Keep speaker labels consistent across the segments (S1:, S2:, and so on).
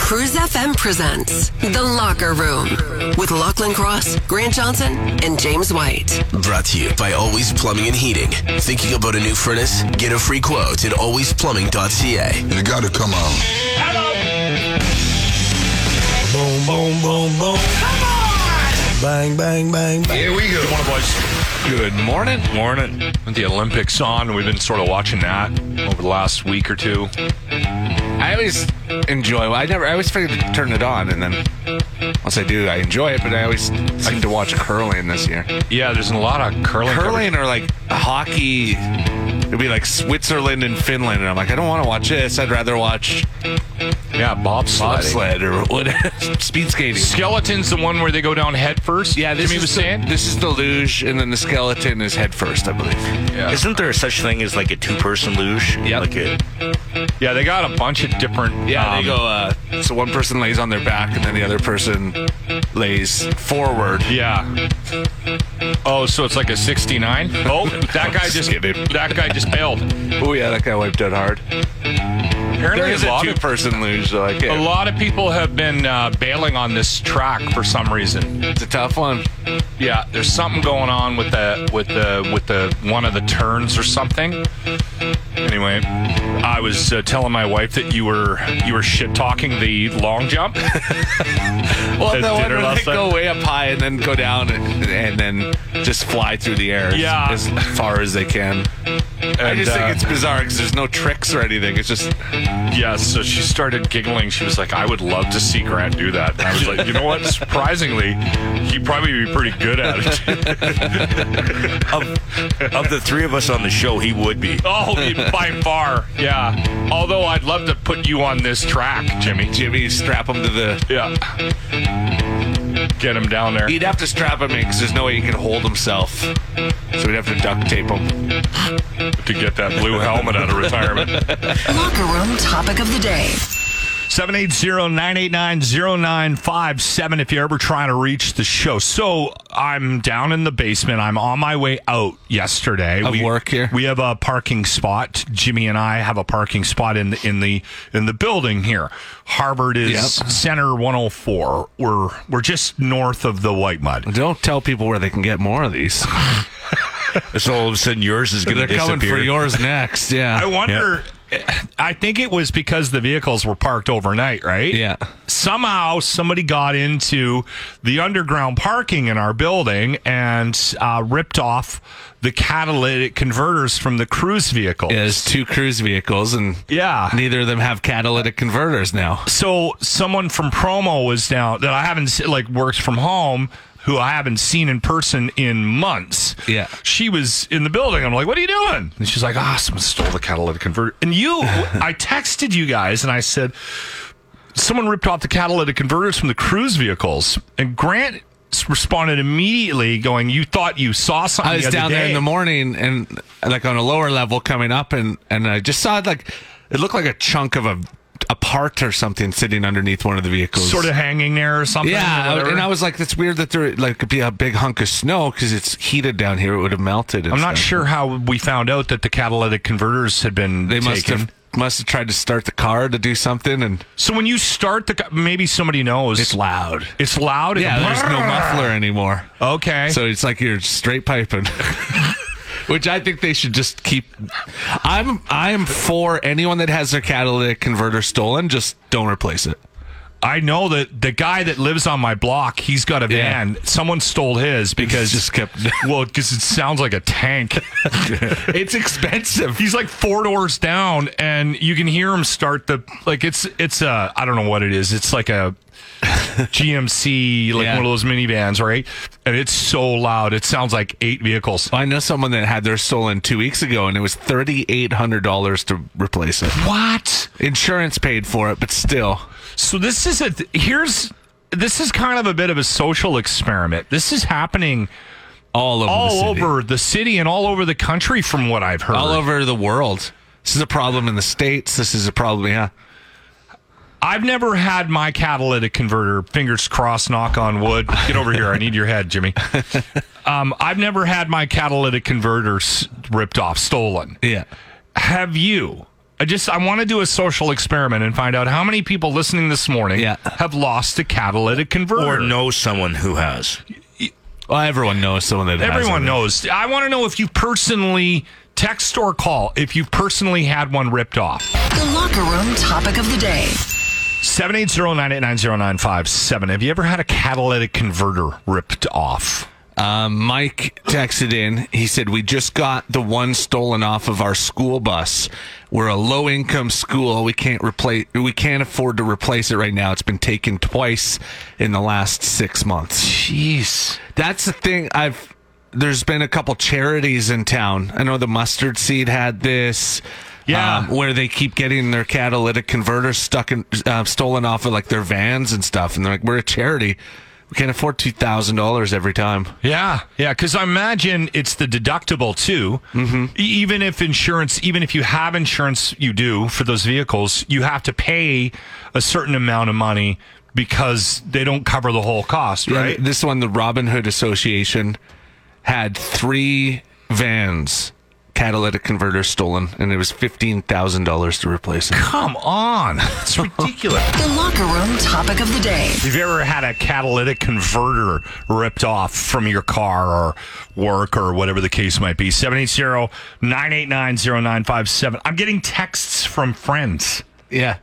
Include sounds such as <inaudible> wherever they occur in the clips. S1: Cruise FM presents The Locker Room with Lachlan Cross, Grant Johnson, and James White.
S2: Brought to you by Always Plumbing and Heating. Thinking about a new furnace? Get a free quote at alwaysplumbing.ca.
S3: You gotta come on.
S4: Boom, boom, boom, boom. Come on! Bang, bang, bang, bang.
S5: Here we go.
S6: Morning, boys. Good morning.
S5: Morning.
S6: With the Olympics on, we've been sort of watching that over the last week or two.
S5: I always enjoy. I never. I always forget to turn it on, and then once I do, I enjoy it. But I always seem to watch curling this year.
S6: Yeah, there's a lot of curling.
S5: Curling or like hockey. It'd be like Switzerland and Finland, and I'm like, I don't want to watch this. I'd rather watch
S6: coverage. yeah, bobsledding.
S5: bobsled or what? <laughs> speed skating.
S6: Skeleton's the one where they go down head first.
S5: Yeah, this
S6: Jimmy
S5: is
S6: was
S5: the,
S6: saying.
S5: this is the luge, and then the skeleton is head first, I believe.
S6: Yeah.
S7: Isn't there such thing as like a two-person luge?
S5: Yep.
S7: Like a,
S6: yeah, they got a bunch of different.
S5: Yeah,
S6: um,
S5: they go. Uh, so one person lays on their back, and then the other person lays forward.
S6: Yeah. Oh, so it's like a 69. Oh, that guy just
S5: Kidding.
S6: that guy just bailed.
S5: Oh yeah, that guy wiped out hard.
S6: Apparently,
S5: There is
S6: a
S5: a
S6: lot of
S5: two-person luge, though. I
S6: a
S5: can't.
S6: lot of people have been uh, bailing on this track for some reason.
S5: It's a tough one.
S6: Yeah, there's something going on with the with the with the one of the turns or something. Anyway, I was uh, telling my wife that you were you were shit talking the long
S5: <laughs>
S6: jump.
S5: Well,
S6: At
S5: the one
S6: dinner
S5: where they
S6: last night?
S5: go way up high and then go down and, and then just fly through the air as-
S6: Yeah.
S5: as, far as they can. I
S6: And,
S5: just
S6: uh,
S5: think it's bizarre because there's no tricks or anything. It's just
S6: Yeah, so she started giggling. She was like, I would love to see Grant do that. And I was like, you know what? Surprisingly, he'd probably be pretty good at it. <laughs>
S7: of the three of us on the show, he would be.
S6: oh, by far. Yeah. Although I'd love to put you on this track, Jimmy.
S5: Jimmy strap him to the.
S6: Yeah. Get him down there.
S5: He'd have to strap him in because there's no way he can hold himself. So we'd have to duct tape him.
S6: to get that blue helmet out of retirement.
S1: Locker Room topic of the day.
S6: 780-989-0957 if you're ever trying to reach the show. So I'm down in the basement. I'm on my way out yesterday.
S5: Of work here?
S6: We have a parking spot. Jimmy and I have a parking spot in the in the in the building here. Harvard is
S5: Yep.
S6: Center 104. We're we're just north of the White Mud.
S5: Don't tell people where they can get more of these.
S7: So all of a sudden, yours is going to
S5: They're
S7: disappear.
S5: coming for yours next. Yeah.
S6: I wonder I think it was because the vehicles were parked overnight, right?
S5: Yeah.
S6: somehow somebody got into the underground parking in our building and uh, ripped off the catalytic converters from the cruise vehicle.
S5: Yeah, there's two cruise vehicles, and
S6: Yeah.
S5: neither of them have catalytic converters now.
S6: So someone from promo was down that I haven't se- like works from home who I haven't seen in person in months.
S5: Yeah.
S6: She was in the building. I'm like, what are you doing? And she's like, ah, someone stole the catalytic converter. And
S5: <laughs>
S6: you, I texted you guys and I said, someone ripped off the catalytic converters from the cruise vehicles. And Grant s- responded immediately going, you thought you saw something.
S5: I was
S6: the other
S5: down there in
S6: day."
S5: the morning, and like on a lower level coming up, and and I just saw it like it looked like a chunk of a a part or something sitting underneath one of the vehicles.
S6: Sort of hanging there or something. or
S5: Yeah,
S6: whatever.
S5: and I was like, "That's weird that there like could be a big hunk of snow because it's heated down here. It would have melted." and
S6: I'm not
S5: stuff.
S6: sure how we found out that the catalytic converters had been
S5: They must
S6: taken.
S5: have must have tried to start the car to do something, and
S6: So when you start the, co- maybe somebody knows it's
S5: loud.
S6: It's loud.
S5: Yeah, there's no muffler anymore.
S6: Okay.
S5: So it's like you're straight piping. <laughs> Which I think they should just keep. I'm I'm for anyone that has their catalytic converter stolen, just don't replace it.
S6: I know that the guy that lives on my block, he's got a
S5: Yeah.
S6: van. Someone stole his because
S5: just kept-
S6: <laughs>
S5: <laughs>
S6: well, because it sounds like a tank.
S5: It's expensive.
S6: he's like four doors
S5: <laughs>
S6: down, and you can hear him start the like it's it's a I don't know what it is. It's like a GMC, like
S5: Yeah.
S6: one of those minivans, right? And it's so loud. It sounds like eight vehicles.
S5: I know someone that had theirs stolen two weeks ago, and it was thirty eight hundred dollars to replace it.
S6: What?
S5: Insurance paid for it, but still,
S6: So this is a th- here's this is kind of a bit of a social experiment. This is happening
S5: all over, the
S6: all
S5: city.
S6: over the city and all over the country, from what I've heard.
S5: all over the world. This is a problem in the states. This is a problem. Yeah,
S6: I've never had my catalytic converter. Fingers crossed. Knock on wood. Get over here. I need your head, Jimmy. Um, I've never had my catalytic converter s- ripped off, stolen.
S5: yeah.
S6: Have you? I just I want to do a social experiment and find out how many people listening this morning
S5: Yeah.
S6: have lost a catalytic
S7: Or
S6: converter.
S7: know someone who has.
S5: Well, everyone knows someone that. has
S6: Everyone
S5: it.
S6: knows. I want to know if you personally text or call if you personally had one ripped off.
S1: The locker room topic of the day.
S6: 780-989-0957. Have you ever had a catalytic converter ripped off?
S5: Um, Mike texted in. He said, We just got the one stolen off of our school bus. We're a low income school. We can't replace, we can't afford to replace it right now. It's been taken twice in the last six months.
S6: Jeez.
S5: That's the thing. I've, there's been a couple charities in town. I know the mustard seed had this. um,
S6: Yeah.
S5: where they keep getting their catalytic converters stuck in, uh, stolen off of like their vans and stuff. And they're like, We're a charity. We can't afford $2,000 every time.
S6: Yeah, yeah, because I imagine it's the deductible too. Mm-hmm. Even if insurance, even if you have insurance, you do for those vehicles, you have to pay a certain amount of money because they don't cover the whole cost,
S5: Yeah,
S6: right?
S5: This one, the Robin Hood Association, had three vans catalytic converters stolen, and it was fifteen thousand dollars to replace them.
S6: Come on, <laughs> it's ridiculous.
S1: The locker room topic of the day.
S6: <laughs> Have you ever had a catalytic converter ripped off from your car or work or whatever the case might be? 780-989-0957. I'm getting texts from friends.
S5: Yeah,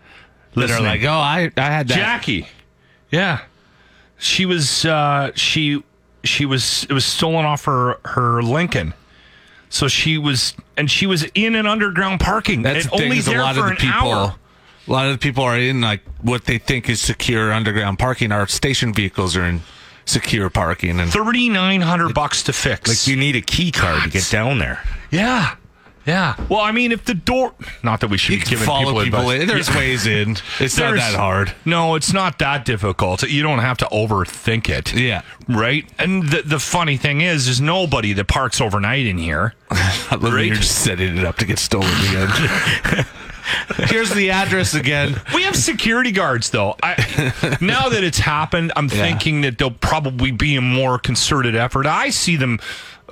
S5: that are
S6: Listening.
S5: like, oh, I, I had that.
S6: Jackie. Yeah. She was uh she she was it was stolen off her her Lincoln. So she was and she was in an underground parking.
S5: That's
S6: and
S5: the thing
S6: only
S5: is a
S6: there
S5: lot
S6: for
S5: of the
S6: an
S5: people.
S6: hour.
S5: A lot of the people are in like what they think is secure underground parking. Our station vehicles are in secure parking, and
S6: 3900 bucks to fix.
S7: Like you need a key card to get down there.
S6: yeah. Yeah. Well, I mean if the door not that we should
S5: you
S6: be
S5: can
S6: giving
S5: follow
S6: people,
S5: people.
S6: advice.
S5: in. There's
S6: Yeah.
S5: ways in. It's not
S6: There's-
S5: that hard.
S6: No, it's not that difficult. You don't have to overthink it.
S5: Yeah.
S6: Right? And the, the funny thing is, there's nobody that parks overnight in
S5: <laughs>
S6: here.
S5: I love that
S6: Right?
S5: You're just setting it up to get stolen again. Here's the address again.
S6: We have security guards, though. I,
S5: <laughs>
S6: now that it's happened, I'm thinking that there'll probably be a more concerted effort. I see them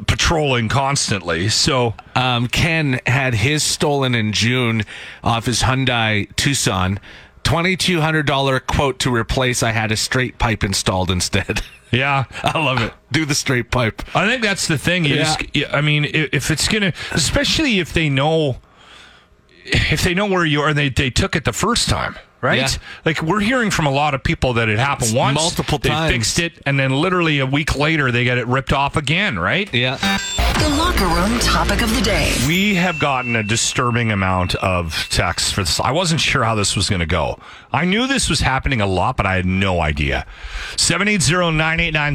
S6: patrolling constantly. So,
S5: Um, Ken had his stolen in June off his Hyundai Tucson. $2,200 quote to replace. I had a straight pipe installed instead. <laughs>
S6: yeah,
S5: I love it. Do the straight pipe.
S6: I think that's the thing. You
S5: Yeah.
S6: just- yeah, I mean, i- if it's gonna, especially if they know, if they know where you are, and they they took it the first time, right?
S5: Yeah.
S6: Like we're hearing from a lot of people that it happened once,
S5: multiple
S6: they
S5: times.
S6: fixed it, and then literally a week later they got it ripped off again, right?
S5: Yeah.
S1: The locker room topic of the day.
S6: We have gotten a disturbing amount of texts for this. I wasn't sure how this was going to go. I knew this was happening a lot, but I had no idea.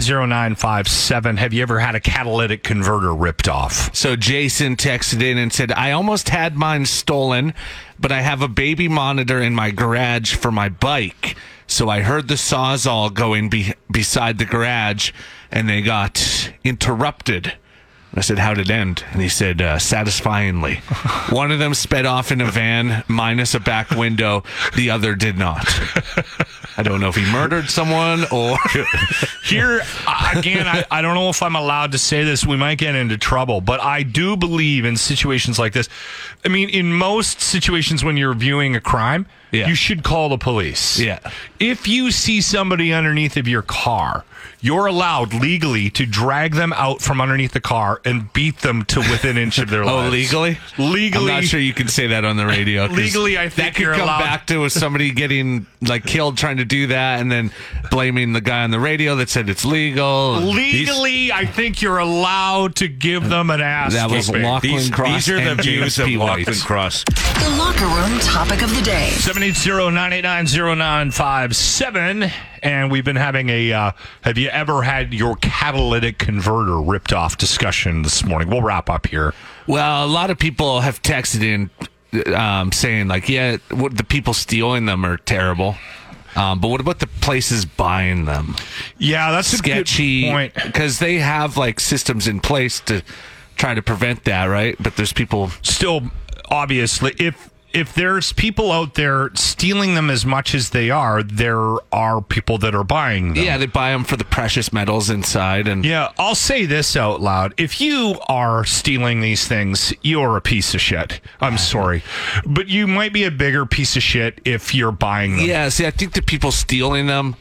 S6: 780-989-0957. Have you ever had a catalytic converter ripped off?
S5: So Jason texted in and said, I almost had mine stolen, but I have a baby monitor in my garage for my bike. So I heard the sawzall going be- beside the garage and they got interrupted. I said, How'd it end? And he said, uh, Satisfyingly. One of them sped off in a van minus a back window, the other did not. I don't know if he murdered someone or. <laughs>
S6: Here I- again, I, I don't know if I'm allowed to say this. We might get into trouble, but I do believe in situations like this. I mean, in most situations when you're viewing a crime,
S5: Yeah.
S6: you should call the police.
S5: Yeah.
S6: If you see somebody underneath of your car, you're allowed legally to drag them out from underneath the car and beat them to within an inch of their
S5: <laughs> Oh,
S6: lives.
S5: legally?
S6: Legally.
S5: I'm not sure you can say that on the radio. 'cause
S6: Legally, I
S5: that
S6: think
S5: could
S6: you're
S5: come
S6: allowed-
S5: back to with somebody getting like killed trying to do that, and then blaming the guy on the radio that said it's legal. and these-
S6: Legally, I think you're allowed to give them an ass.
S5: that was
S6: whooping.
S5: Lachlan
S7: These,
S5: Cross.
S7: these are the
S5: and
S7: views
S5: James
S7: of
S5: P. White.
S7: Lachlan Cross.
S1: The locker room topic of the day.
S6: 780-989-0957 and we've been having a uh, have you ever had your catalytic converter ripped off discussion this morning we'll wrap up here
S5: Well, a lot of people have texted in um, saying like, yeah, what, the people stealing them are terrible. Um, but what about the places buying them?
S6: yeah that's
S5: Sketchy, because they have like systems in place to try to prevent that, right? But there's people.
S6: still obviously if if there's people out there stealing them as much as they are there are people that are buying them
S5: Yeah, they buy them for the precious metals inside, and
S6: Yeah, I'll say this out loud. If you are stealing these things, you're a piece of shit.
S5: <laughs>
S6: I'm sorry. But you might be a bigger piece of shit if you're buying them.
S5: Yeah, see, I think the people stealing them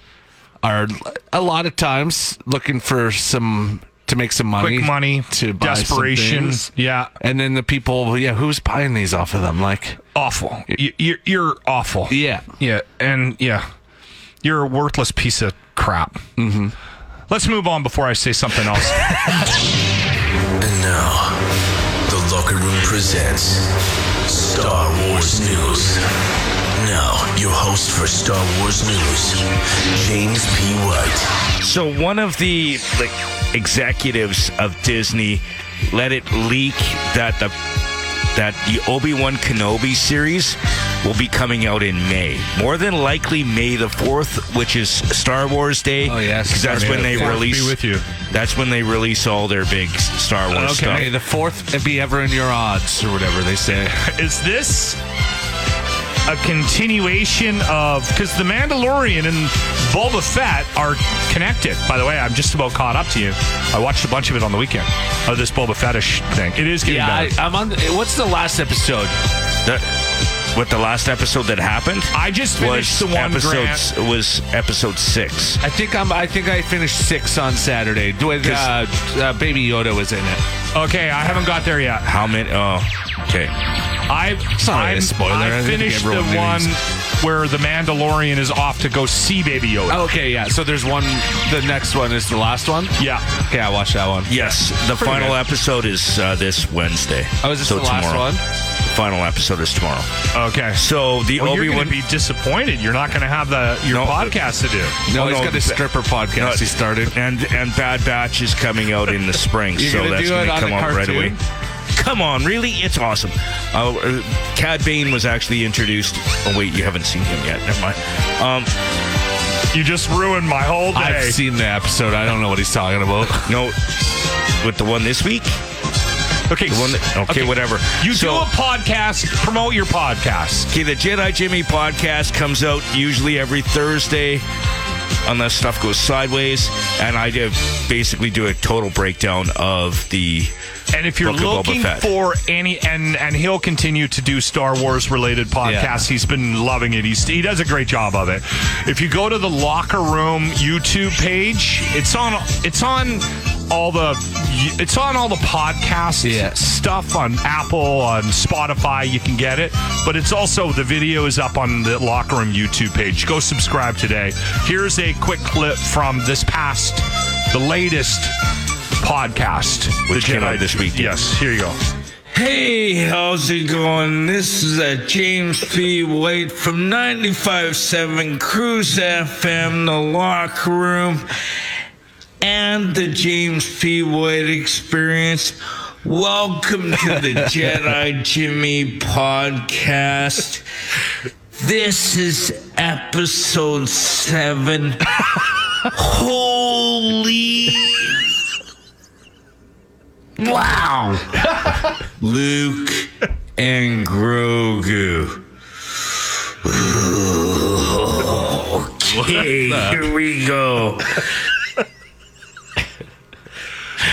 S5: are a lot of times looking for some to make some money,
S6: Quick money,
S5: to buy some
S6: desperation.
S5: things.
S6: Yeah.
S5: and then the people, yeah, who's buying these off of them? Like,
S6: Awful. You- You're, you're awful.
S5: yeah,
S6: Yeah. And yeah, you're a worthless piece of crap. Mm-hmm. Let's move on before I say something
S5: <laughs>
S6: else.
S2: And now, the locker room presents Star Wars News. Now, your host for Star Wars News, James P. White.
S7: So one of the like executives of Disney let it leak that the that the Obi-Wan Kenobi series will be coming out in May. More than likely May the 4th, which is Star Wars Day.
S5: Oh, yes.
S7: Cuz that's when they
S6: Yeah,
S7: release
S6: Be with you.
S7: That's when they release all their big Star Wars
S5: okay. May
S7: stuff.
S5: the fourth be ever in your
S6: Uh,
S5: odds, or whatever they say.
S6: <laughs> Is this a continuation of because the Mandalorian and Boba Fett are connected? By the way, I'm just about caught up to you. I watched a bunch of it on the weekend of this Boba Fettish thing. It is getting
S5: Yeah, I,
S6: better.
S5: I'm on. What's the last episode?
S7: The- with the last episode that happened
S6: I, just
S7: was
S6: finished the one
S7: episode
S6: Grant.
S7: was episode 6.
S5: I think I'm. I think I finished six on Saturday. With uh, uh, Baby Yoda was in it.
S6: Okay, I haven't got there yet.
S7: How many Oh, okay.
S6: I've
S5: not really
S6: I'm-
S5: a spoiler. I
S6: I
S5: think
S6: finished the
S5: everyone knew
S6: one
S5: these.
S6: where the Mandalorian is off to go see Baby Yoda.
S5: Okay, yeah. So there's one. The next one is the last one.
S6: Yeah.
S5: Okay, I watched that
S6: Oh,
S5: one.
S7: Yes, the
S5: Pretty
S7: final
S5: good.
S7: episode is uh, this Wednesday.
S5: Oh, is this the last
S7: tomorrow.
S5: one?
S7: The final episode is tomorrow.
S6: Okay.
S7: So the
S6: Well, you're
S7: Obi
S6: going
S7: Wan.
S6: to be disappointed. You're not going to have the your
S7: No.
S6: podcast to do.
S5: No,
S7: Oh,
S5: he's
S7: no,
S5: got a
S7: th-
S5: stripper podcast
S7: no,
S5: he started.
S7: and and Bad Batch is coming out in the spring,
S5: You're
S7: so
S5: gonna
S7: that's
S5: do it
S7: going to
S5: on
S7: come
S5: the
S7: out right
S5: cartoon?
S7: away. Come on, really? It's awesome. Uh, uh, Cad Bane was actually introduced. Oh wait, you haven't seen him yet. Never mind. Um,
S6: You just ruined my whole day.
S5: I've seen the episode. I don't know what he's talking about.
S7: no, with the one this week.
S6: Okay,
S7: The one. That, okay, whatever.
S6: You
S7: So-
S6: do a podcast, promote your podcast.
S7: Okay, the Jedi Jimmy podcast comes out usually every Thursday, unless stuff goes sideways. And I do basically do a total breakdown of the.
S6: And if you're
S7: Book of Boba
S6: looking
S7: Fett.
S6: for any, and and he'll continue to do Star Wars related podcasts. He's been loving it. He's, he does a great job of it. If you go to the Locker Room YouTube page, it's on. It's on all the. It's on all the podcast
S5: Yeah.
S6: stuff on Apple on Spotify. You can get it, but it's also the video is up on the Locker Room YouTube page. Go subscribe today. Here's a quick clip from this past, the latest podcast
S7: Which
S6: the
S7: came
S6: Jedi-
S7: out this week, yeah.
S6: Yes, here you go.
S3: Hey, how's it going? This is uh, James P. White from 95.7 Cruise FM, The Locker Room, and the James P. White Experience. Welcome to the Jedi Jimmy podcast. This is episode seven. Holy Wow! Luke and
S7: <laughs>
S3: Grogu. Okay, here we go.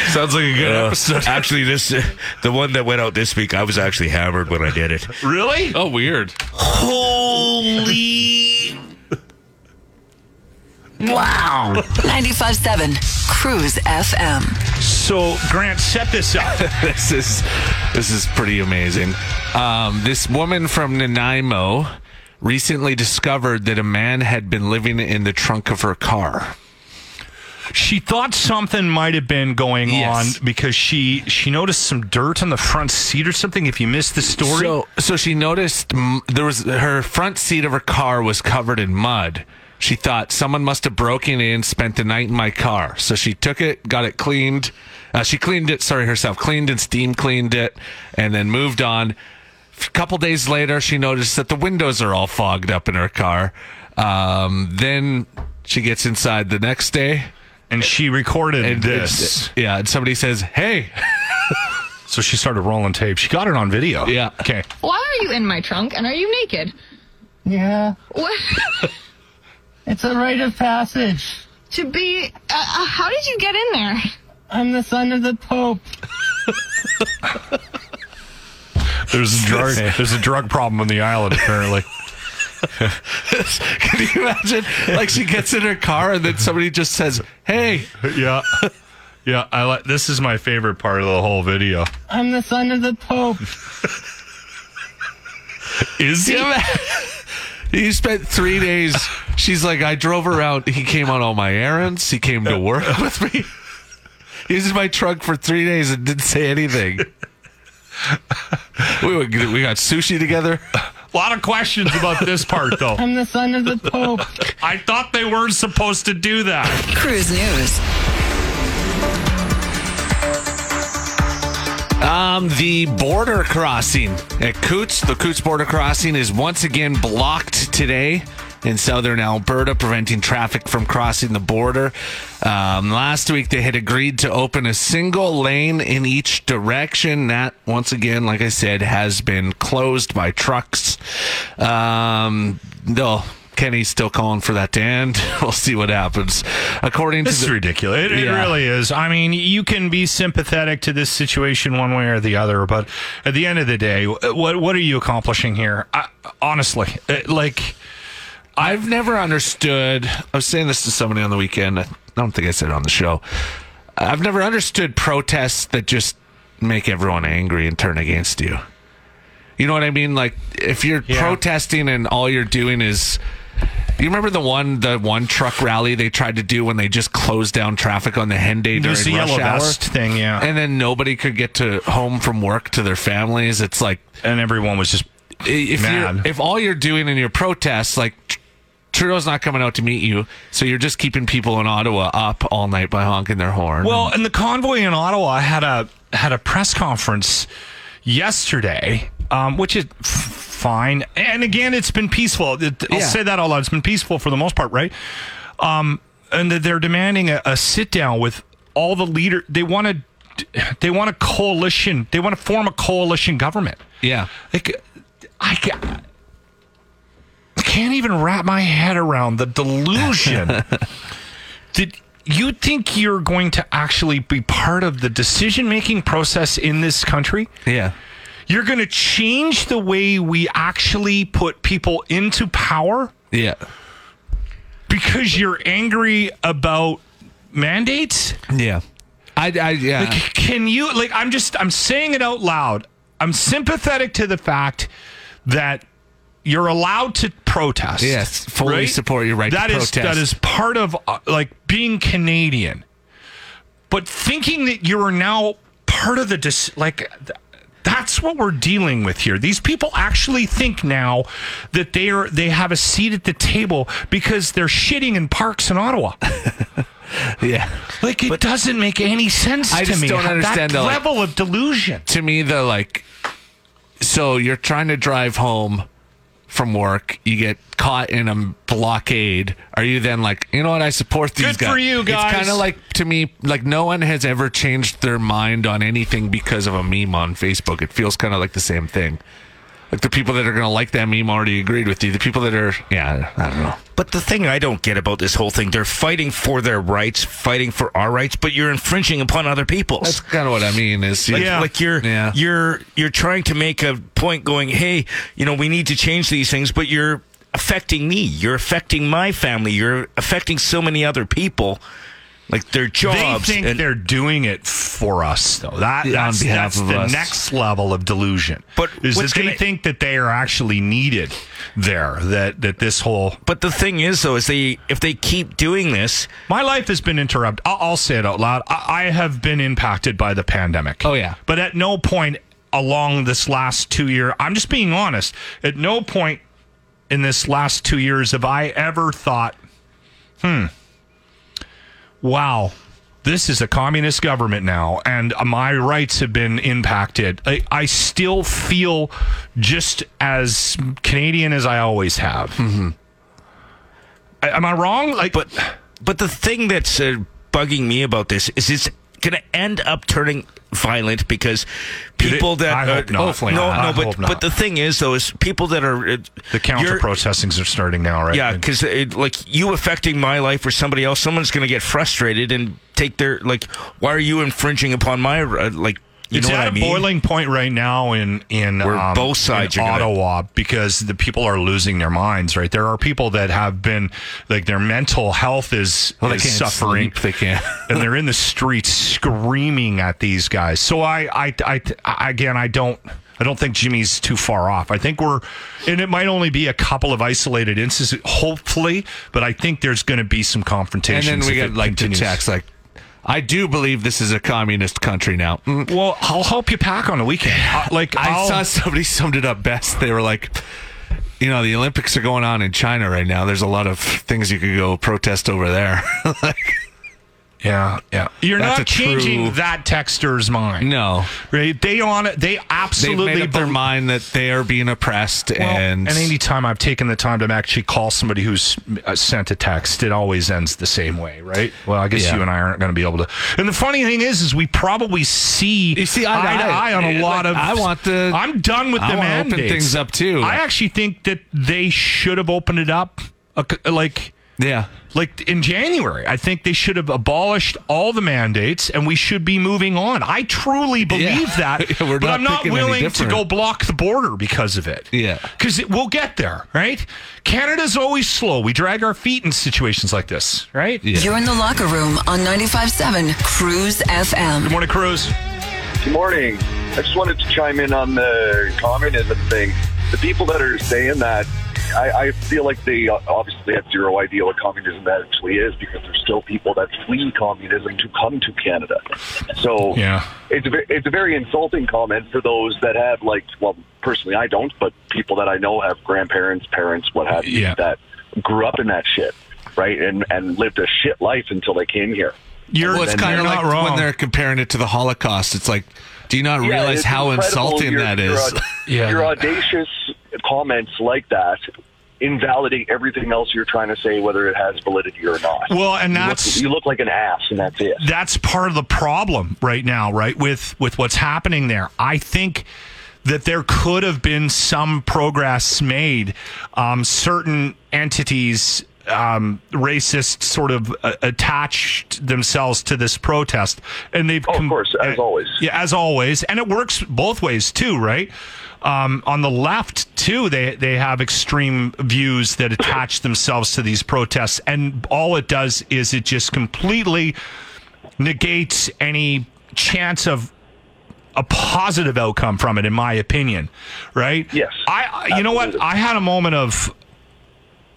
S6: Sounds like a good
S7: Uh,
S6: <laughs>
S7: actually, this uh, the one that went out this week. I was actually hammered when I did it.
S6: Really?
S5: Oh, weird.
S3: Holy. Wow!
S1: 95.7 Cruise FM.
S6: So, Grant, set this up.
S5: <laughs> this is this is pretty amazing. Um, this woman from Nanaimo recently discovered that a man had been living in the trunk of her car.
S6: She thought something might have been going
S5: Yes.
S6: on because she she noticed some dirt on the front seat or something. If you missed the story,
S5: So, so she noticed mm, there was her front seat of her car was covered in mud. She thought someone must have broken in, spent the night in my car. So she took it, got it cleaned. Uh, she cleaned it, sorry, herself, cleaned and steam cleaned it, and then moved on. A couple days later, she noticed that the windows are all fogged up in her car. Um, then she gets inside the next day.
S6: and she recorded
S5: And
S6: this.
S5: yeah, and somebody says, "Hey, <laughs>
S6: so she started rolling tape. She got it on video.
S5: Yeah.
S6: Okay.
S8: Why are you in my trunk and are you naked?
S9: Yeah,
S8: What?
S9: <laughs> it's a rite of passage.
S8: to be. Uh, uh, how did you get in there?
S9: I'm the son of the Pope.
S6: There's a
S5: <laughs>
S6: drug, there's a drug problem on the island apparently. <laughs>
S5: Can you imagine? Like she gets in her car and then somebody just says, "Hey."
S6: <laughs> yeah. Yeah, I like this is my favorite part of the whole video.
S9: I'm the son of the Pope.
S6: <laughs> Is
S5: Do you ima- You spent three days. She's like, I drove around. He came on all my errands. He came to work with me. He was in my trunk for three days and didn't say anything. We went, we got sushi together.
S6: a lot of questions about this part though.
S9: <laughs> I'm the son
S6: <laughs>
S9: of the Pope.
S6: I thought they weren't supposed to do that.
S1: Cruise News.
S5: Um, the border crossing at Coots, the Coots border crossing is once again blocked today in southern Alberta, preventing traffic from crossing the border. Um, last week, they had agreed to open a single lane in each direction. That, once again, like I said, has been closed by trucks. Um, though Kenny's still calling for that to end. <laughs> We'll see what happens. According to
S6: This is
S5: the-
S6: ridiculous. It, it
S5: Yeah.
S6: really is. I mean, you can be sympathetic to this situation one way or the other, but at the end of the day, wh- what what are you accomplishing here? I, honestly, uh, like
S5: I've never understood. I was saying this to somebody on the weekend. I don't think I said it on the show. I've never understood protests that just make everyone angry and turn against you. You know what I mean? Like if you're
S6: Yeah.
S5: protesting and all you're doing is you remember the one the one truck rally they tried to do when they just closed down traffic on the Henday during
S6: there's the
S5: rush
S6: yellow
S5: hour?
S6: vest thing, yeah,
S5: And then nobody could get to home from work to their families. It's like
S6: and everyone was just
S5: if
S6: Mad.
S5: you're, if all you're doing in your protests, like Tr- Trudeau's not coming out to meet you, so you're just keeping people in Ottawa up all night by honking their horn.
S6: Well, and the convoy in Ottawa had a had a press conference yesterday, um, which is f- fine. And again, it's been peaceful. It, I'll
S5: Yeah.
S6: say that out loud. It's been peaceful for the most part, right? Um, and that they're demanding a, a sit down with all the leader. They want to. They want a coalition. They want to form a coalition government.
S5: yeah,
S6: Like, I ca- I can't even wrap my head around the delusion. Did you think you're going to actually be part of the decision making process in this country?
S5: yeah,
S6: You're going to change the way we actually put people into power
S5: yeah.
S6: because you're angry about mandates?
S5: Yeah, I, I yeah.
S6: Like, can you like I'm just I'm saying it out loud. I'm sympathetic to the fact that you're allowed to protest.
S5: Yes, fully support your right to
S6: That is-
S5: protest.
S6: that is part of uh, like being Canadian. But thinking that you are now part of the dis- like th- that's what we're dealing with here. These people actually think now that they are they have a seat at the table because they're shitting in parks in Ottawa.
S5: yeah.
S6: Like it doesn't make any sense
S5: I
S6: to
S5: just
S6: me.
S5: don't
S6: how-
S5: understand
S6: that
S5: the, like-
S6: level of delusion.
S5: To me, the like, so you're trying to drive home from work, you get caught in a blockade. Are you then like, you know what? I support these
S6: Good
S5: guys.
S6: for you guys.
S5: It's kind of like to me, like no one has ever changed their mind on anything because of a meme on Facebook. It feels kind of like the same thing. Like the people that are going to like that meme already agreed with you. The people that are, yeah, I don't know.
S7: But the thing I don't get about this whole thing, they're fighting for their rights, fighting for our rights, but you're infringing upon other people's.
S5: That's kind of what I mean. Is
S7: Like,
S6: Yeah.
S7: like you're
S5: Yeah.
S7: you're you're trying to make a point going, hey, you know, we need to change these things, but you're affecting me. You're affecting my family. You're affecting so many other people. Like their jobs.
S6: They think
S7: and-
S6: they're doing it for us, though. That
S7: Yeah, on
S6: that's,
S7: behalf
S6: that's
S7: of
S6: the
S7: us.
S6: next level of delusion.
S7: But
S6: is that
S7: what's
S6: they
S7: gonna-
S6: think that they are actually needed there? That that this whole
S7: But the thing is, though, is they if they keep doing this,
S6: my life has been interrupted. I'll, I'll say it out loud. I, I have been impacted by the pandemic. Oh yeah, but at no point along this last two year, I'm just being honest. At no point in this last two years have I ever thought, hmm, wow, this is a communist government now, and my rights have been impacted. I, I still feel just as Canadian as I always have. Mm-hmm. I, am I wrong? Like,
S7: but but the thing that's uh, bugging me about this is it's going to end up turning violent because people that
S6: I
S7: are, oh,
S6: hope not. Hopefully
S7: no
S6: not. I
S7: no but
S6: hope not.
S7: but the thing is though is people that are uh,
S6: the counter
S7: you're-
S6: protestings are starting now, right?
S7: Yeah, because like you affecting my life or somebody else, someone's going to get frustrated and take their like, why are you infringing upon my uh, like? You
S6: it's
S7: know
S6: at
S7: what
S6: a
S7: I mean?
S6: boiling point right now in in
S7: Where
S6: um,
S7: both sides
S6: in
S7: are gonna-
S6: Ottawa because the people are losing their minds. Right, there are people that have been like their mental health is,
S5: Well, they
S6: is
S5: can't
S6: suffering.
S5: sleep, they can't.
S6: and they're in the streets screaming at these guys. So I, I, I, I- again, I don't. I don't think Jimmy's too far off. I think we're, and it might only be a couple of isolated instances, hopefully, but I think there's going to be some
S5: And
S6: confrontations.
S5: then we
S6: if
S5: get
S6: it
S5: like
S6: continues.
S5: two texts like, I do believe this is a communist country now. Mm.
S6: Well, I'll help you pack on a weekend. Uh, like
S5: I
S6: I'll-
S5: saw somebody <laughs> summed it up best. They were like, you know, the Olympics are going on in China right now. There's a lot of things you could go protest over there. <laughs> like,
S6: yeah, yeah. You're
S5: That's a
S6: not changing
S5: true-
S6: that texter's mind.
S5: No.
S6: Right? They on it. They
S5: They've
S6: absolutely
S5: made up their
S6: bel-
S5: mind that they are being oppressed
S6: Well,
S5: and,
S6: and anytime I've taken the time to actually call somebody who's uh, sent a text, it always ends the same way, right? Well, I guess
S5: Yeah.
S6: you and I aren't going to be able to. And the funny thing is, is we probably see,
S5: You see eye to eye.
S6: on a
S5: Yeah,
S6: lot of.
S5: like, I want the-
S6: I'm done with
S5: I
S6: the
S5: wanna open
S6: mandates.
S5: things up, too.
S6: I actually think that they should have opened it up, a c- like.
S5: Yeah.
S6: Like in January, I think they should have abolished all the mandates and we should be moving on. I truly believe
S5: <laughs>
S6: that.
S5: We're
S6: but
S5: not
S6: I'm not
S5: thinking any
S6: willing to
S5: different.
S6: go block the border because of it.
S5: Yeah.
S6: Because we'll get there, right? Canada's always slow. We drag our feet in situations like this, right?
S1: You're in the locker room on 95.7 Cruise FM. Good
S6: morning, Cruise.
S10: Good morning. I just wanted to chime in on the communism thing. The people that are saying that, I, I feel like they obviously have zero idea what communism actually is because there's still people that flee communism to come to Canada. So
S6: Yeah.
S10: it's a, ve- it's a very insulting comment for those that have like well personally I don't but people that I know have grandparents parents what have you
S6: Yeah.
S10: that grew up in that shit right and and lived a shit life until they came here.
S6: You're
S5: well, it's
S10: And
S5: kind of
S10: they're
S5: like
S10: not wrong.
S5: when they're comparing it to the Holocaust. It's like, do you not
S10: Yeah,
S5: realize
S10: it's
S5: how
S10: incredible
S5: insulting
S10: your-
S5: that
S10: your
S5: is?
S10: au- Your audacious comments like that invalidate everything else you're trying to say, whether it has validity or not.
S6: Well, and
S10: You look-
S6: that's-
S10: you look like an ass, and that's it.
S6: that's part of the problem right now, right? With with what's happening there, I think that there could have been some progress made. Um, certain entities, um, racist, sort of uh, attached themselves to this protest, and they've Oh, of course, as
S10: always,
S6: yeah, as always, and it works both ways too, right? Um, on the left too, they they have extreme views that attach themselves to these protests, and all it does is it just completely negates any chance of a positive outcome from it, in my opinion. Right? Yes. I, you know what? I had a moment of.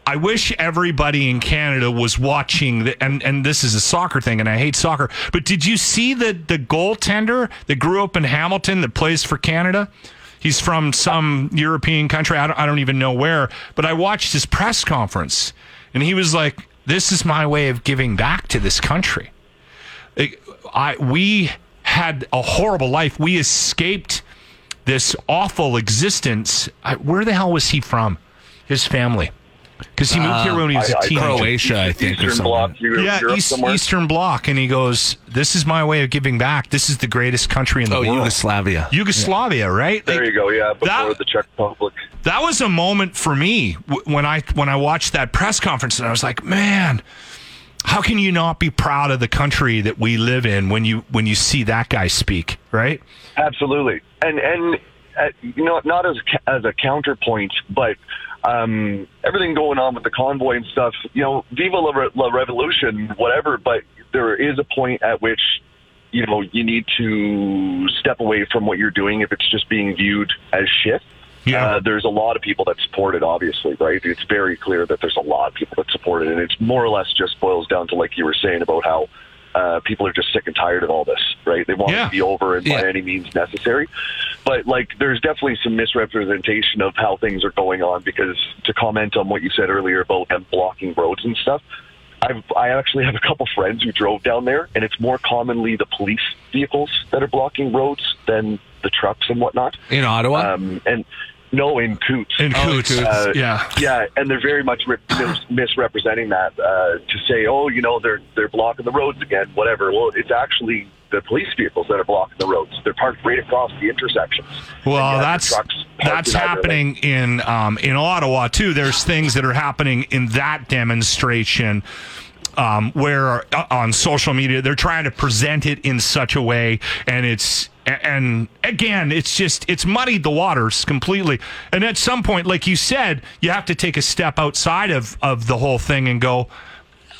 S6: I wish everybody in Canada was watching, the, and and this is a soccer thing, and I hate soccer. But did you see the the goaltender that grew up in Hamilton that plays for Canada? He's from some European country. I don't, I don't even know where. But I watched his press conference, and he was like, "This is my way of giving back to this country." It- I we had a horrible life. We escaped this awful existence. I, where the hell was he from? His family, because he moved here when he
S10: Uh,
S6: was a teenager.
S5: <laughs>
S10: Eastern Bloc, Europe,
S6: yeah,
S10: Europe
S6: East-
S10: somewhere.
S6: Eastern Bloc, and he goes, "This is my way of giving back. This is the greatest country in the
S5: Oh,
S6: world."
S5: Yugoslavia.
S6: Yugoslavia, right?
S10: There you go. Yeah, before the Czech Republic.
S6: that was a moment for me w- when I when I watched that press conference and I was like, man, how can you not be proud of the country that we live in when you when you see that guy speak, right?
S10: Absolutely, and and uh, you know, not as ca- as a counterpoint, but um, everything going on with the convoy and stuff. You know, viva la, re- la revolution, whatever. But there is a point at which you know you need to step away from what you're doing if it's just being viewed as shit. Yeah. Uh, there's a lot of people that support it, obviously, right? It's very clear that there's a lot of people that support it, and it's more or less just boils down to like you were saying about how uh, people are just sick and tired of all this, right? They want it to be over and by any means necessary. But like, there's definitely some misrepresentation of how things are going on because to comment on what you said earlier about them blocking roads and stuff, I've, I actually have a couple friends who drove down there, and it's more commonly the police vehicles that are blocking roads than the trucks and whatnot.
S5: In Ottawa?
S10: Um, and no, in Coots. Uh,
S6: In Oh, in Coots, Coots, yeah.
S10: yeah, and they're very much re- mis- misrepresenting that uh, to say, oh, you know, they're they're blocking the roads again, whatever. Well, it's actually the police vehicles that are blocking the roads. They're parked right across the intersections.
S6: Well, that's that's happening in um, in Ottawa too. There's things that are happening in that demonstration. Um, where uh, on social media they're trying to present it in such a way, and it's a- and again it's just it's muddied the waters completely. And at some point, like you said, you have to take a step outside of of the whole thing and go,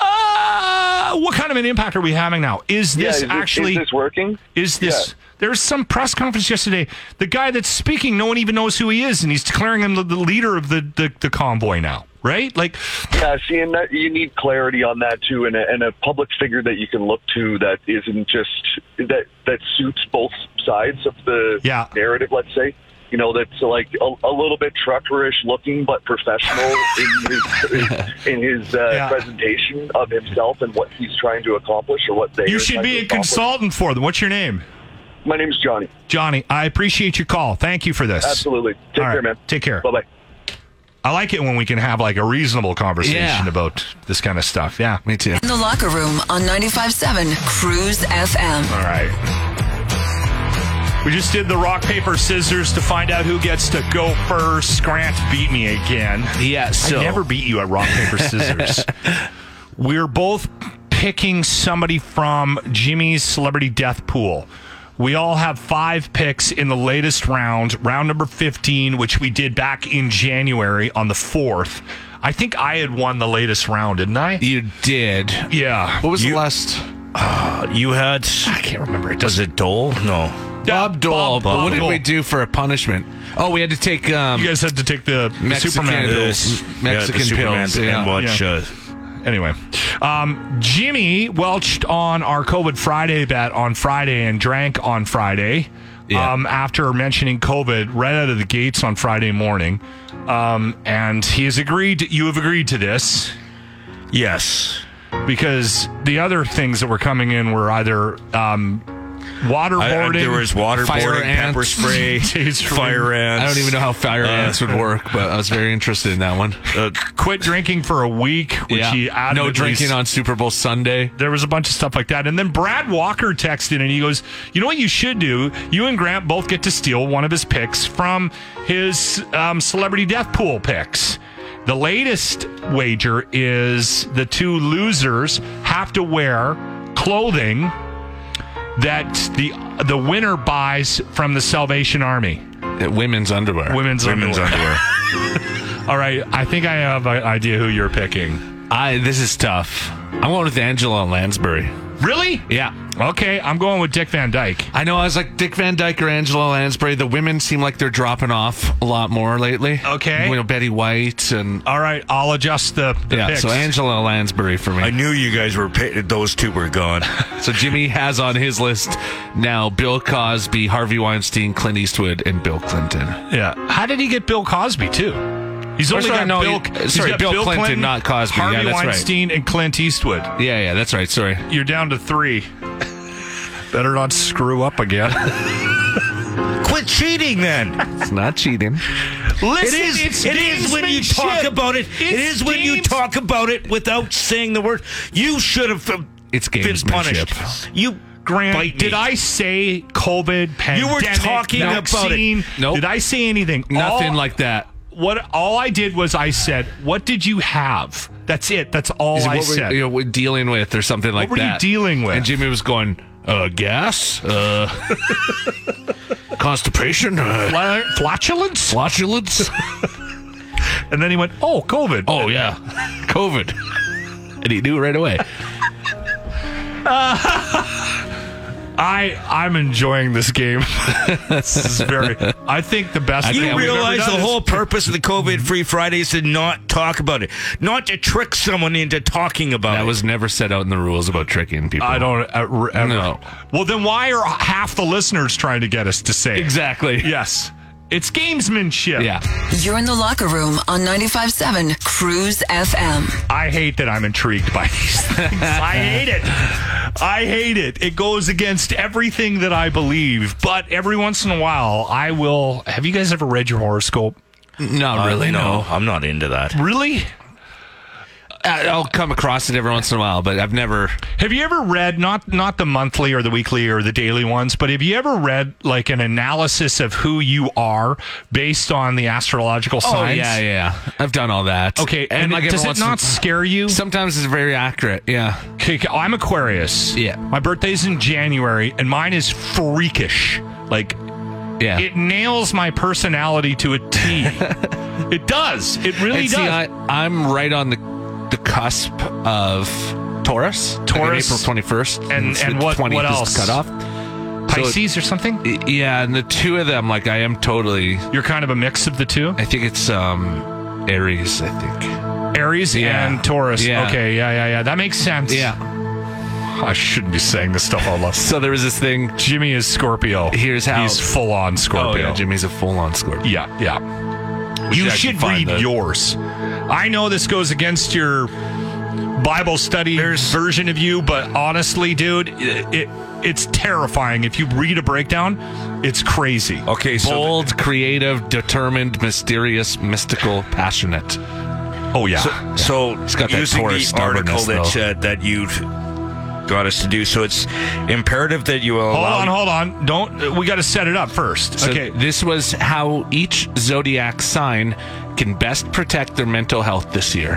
S6: uh, what kind of an impact are we having now? Is
S10: Yeah,
S6: this
S10: is it- is
S6: actually
S10: this working?
S6: Is this
S10: Yeah.
S6: there's some press conference yesterday. The guy that's speaking, no one even knows who he is, and he's declaring him the, the leader of the, the, the convoy now, right? Like,
S10: Yeah, see, and that, you need clarity on that too, and a, and a public figure that you can look to that isn't just that that suits both sides of the narrative. Let's say, you know, that's like a, a little bit truckerish looking, but professional in
S6: <laughs>
S10: his in his uh, presentation of himself and what he's trying to accomplish or what they.
S6: you
S10: are
S6: should
S10: trying
S6: be
S10: to
S6: a
S10: accomplish.
S6: consultant for them. What's your name?
S10: My name's Johnny.
S6: Johnny, I appreciate your call. Thank you for this.
S10: Absolutely. Take
S6: All
S10: care,
S6: right.
S10: man.
S6: Take care.
S10: Bye bye.
S6: I like it when we can have like a reasonable conversation
S7: Yeah.
S6: about this kind of stuff. Yeah, me too.
S1: In the locker room on 95.7 Cruise FM.
S6: All right. We just did the rock, paper, scissors to find out who gets to go first. Grant beat me again.
S7: Yeah, so-
S6: I never beat you at rock, paper,
S5: <laughs>
S6: scissors. We're both picking somebody from Jimmy's celebrity death pool. We all have five picks in the latest round, round number 15, which we did back in January on the 4th. I think I had won the latest round, didn't I?
S5: You did.
S6: Yeah.
S5: What was the last?
S7: you had. I
S6: can't remember. It
S7: was it Dole? No.
S5: Bob Dole. but what did we do for a punishment? Oh, we had to take. Um,
S6: you guys had to take the, the
S5: Mexican
S6: Superman
S5: pills.
S6: pills.
S5: Mexican pills. yeah. Yeah.
S7: uh,
S6: Anyway, um, Jimmy welched on our COVID Friday bet on Friday and drank on Friday. Um, after mentioning COVID right out of the gates on Friday morning, um, and he has agreed. You have agreed to this.
S7: Yes,
S6: because the other things that were coming in were either um,
S7: I-
S6: waterboarding.
S7: I- there was waterboarding, Fire pepper
S6: <laughs>
S5: <laughs>
S7: ants. spray,
S6: Taser-
S7: fire ants.
S5: I don't even know how fire
S7: Uh,
S5: ants would work, but I was very interested in that one.
S6: quit drinking for a week, which
S5: Yeah.
S6: he added.
S5: No drinking on Super Bowl Sunday.
S6: There was a bunch of stuff like that. And then Brad Walker texted and he goes, You know what you should do? You and Grant both get to steal one of his picks from his um, celebrity death pool picks. The latest wager is the two losers have to wear clothing that the the winner buys from the Salvation Army.
S5: Uh, women's underwear.
S6: Women's,
S7: Women's
S6: underwear. All right, I think I have an idea who you're picking.
S5: <laughs> I this is tough. I'm going with Angela Lansbury.
S6: Really?
S5: Yeah.
S6: Okay, I'm going with Dick Van Dyke.
S5: I know. I was like Dick Van Dyke or Angela Lansbury. The women seem like they're dropping off a lot more lately.
S6: Okay.
S5: You know Betty White and.
S6: All right, I'll adjust the, the
S5: yeah.
S6: picks.
S5: So Angela Lansbury for me.
S7: I knew you guys were. Pay- those two were <laughs> gone.
S5: so Jimmy has on his list now Bill Cosby, Harvey Weinstein, Clint Eastwood, and Bill Clinton.
S6: Yeah. How did he get Bill Cosby too? He's
S5: Or
S6: only
S5: sorry,
S6: got
S5: no,
S6: Bill.
S5: he-
S6: he's
S5: sorry,
S6: got
S5: Bill Clinton, not Cosby. Yeah,
S6: Harvey
S5: that's right.
S6: Weinstein and Clint Eastwood.
S5: Yeah, yeah, that's right. Sorry.
S6: You're down to
S5: <laughs>
S6: three. Better not screw up again.
S7: Quit cheating then.
S5: It's not cheating.
S7: Listen, it is, it is when you talk about it. it is when you talk about it without saying the word. You should have uh,
S5: it's
S7: been punished. You
S6: <laughs> Grant,
S7: bite me.
S6: did I say COVID pandemic?
S7: You were talking about it.
S6: vaccine?
S5: Nope.
S6: Did I say anything?
S5: Nothing
S6: All-
S5: like that.
S6: What all I did was I said, "What did you have?" That's it. That's all
S5: Is it
S6: Oh, I
S5: what
S6: said.
S5: Were, you know, we're dealing with or something like
S6: were you
S5: that.
S6: dealing with?
S5: And Jimmy was going, uh, gas,
S6: <laughs>
S5: uh, constipation, uh,
S6: Fla- flatulence,
S5: flatulence.
S6: and then he went, "Oh, COVID."
S5: Oh yeah, COVID. And he knew right away.
S6: I I'm enjoying this game. <laughs> this is very. I think the best.
S7: you
S6: thing we've ever
S7: realize
S6: done
S7: the
S6: is-
S7: whole purpose of the COVID Free Friday is to not talk about it, not to trick someone into talking about it. That
S5: was never set out in the rules about tricking people.
S6: Oh. I don't ever. ever.
S5: No.
S6: Well, then why are half the listeners trying to get us to say
S5: exactly?
S6: Yes, it's gamesmanship.
S5: Yeah.
S1: You're in the locker room on 95.7 Cruise FM.
S6: I hate that I'm intrigued by these <laughs> things. I hate it. I hate it. It goes against everything that I believe. But every once in a while, I will. Have you guys ever read your horoscope? Uh,
S5: No, really,
S7: Uh,
S5: no.
S7: I'm not into that.
S6: Really?
S5: I- I'll come across it every once in a while, but I've never.
S6: Have you ever read not not the monthly or the weekly or the daily ones, but have you ever read like an analysis of who you are based on the astrological signs?
S5: Oh yeah, yeah. I've done all that.
S6: Okay, and
S5: every
S6: does it
S5: once in-
S6: not scare you?
S5: Sometimes it's very accurate. Yeah.
S6: Okay, okay, I'm Aquarius. Yeah. My birthday's in January, and mine is freakish. Like,
S5: yeah.
S6: It nails my personality to a
S5: <laughs>
S6: T. it does. It really
S5: And
S6: does.
S5: See, I, I'm right on the the cusp of Taurus. like on
S6: Taurus.
S5: April 21st,
S6: And-
S5: It's
S6: and
S5: the
S6: what-
S5: 20th
S6: what
S5: is the
S6: else?
S5: Cutoff.
S6: Pisces or something.
S5: Yeah, and the two of them, like I am totally.
S6: You're kind of a mix of the two.
S5: I think it's um Aries. I think.
S6: Aries
S5: Yeah.
S6: and Taurus.
S5: Yeah.
S6: Okay, yeah, yeah, yeah. That makes sense.
S5: Yeah.
S6: I shouldn't be saying this stuff all love.
S5: So there was this thing.
S6: Jimmy is Scorpio.
S5: Here's how
S6: He's full on Scorpio.
S5: Oh yeah, Jimmy's a full on Scorpio.
S6: Yeah, yeah.
S5: We
S6: you
S5: should actually
S6: should
S5: find
S6: read
S5: the-
S6: yours. I know this goes against your Bible study version of you, but honestly, dude, it, it it's terrifying. If you read a breakdown, it's crazy.
S7: Okay,
S5: Bold, creative, determined, mysterious, mystical, passionate.
S6: Oh yeah.
S7: So, so
S5: It's got that
S7: using
S5: Taurus
S7: the article
S5: stubbornness,
S7: that
S5: though.
S7: uh, that you got us to do, so it's imperative that you
S5: Oh,
S6: Hold
S7: allow.
S6: on, hold on. Don't we got to set it up first?
S5: So
S6: okay.
S5: This was how each zodiac sign can best protect their mental health this year.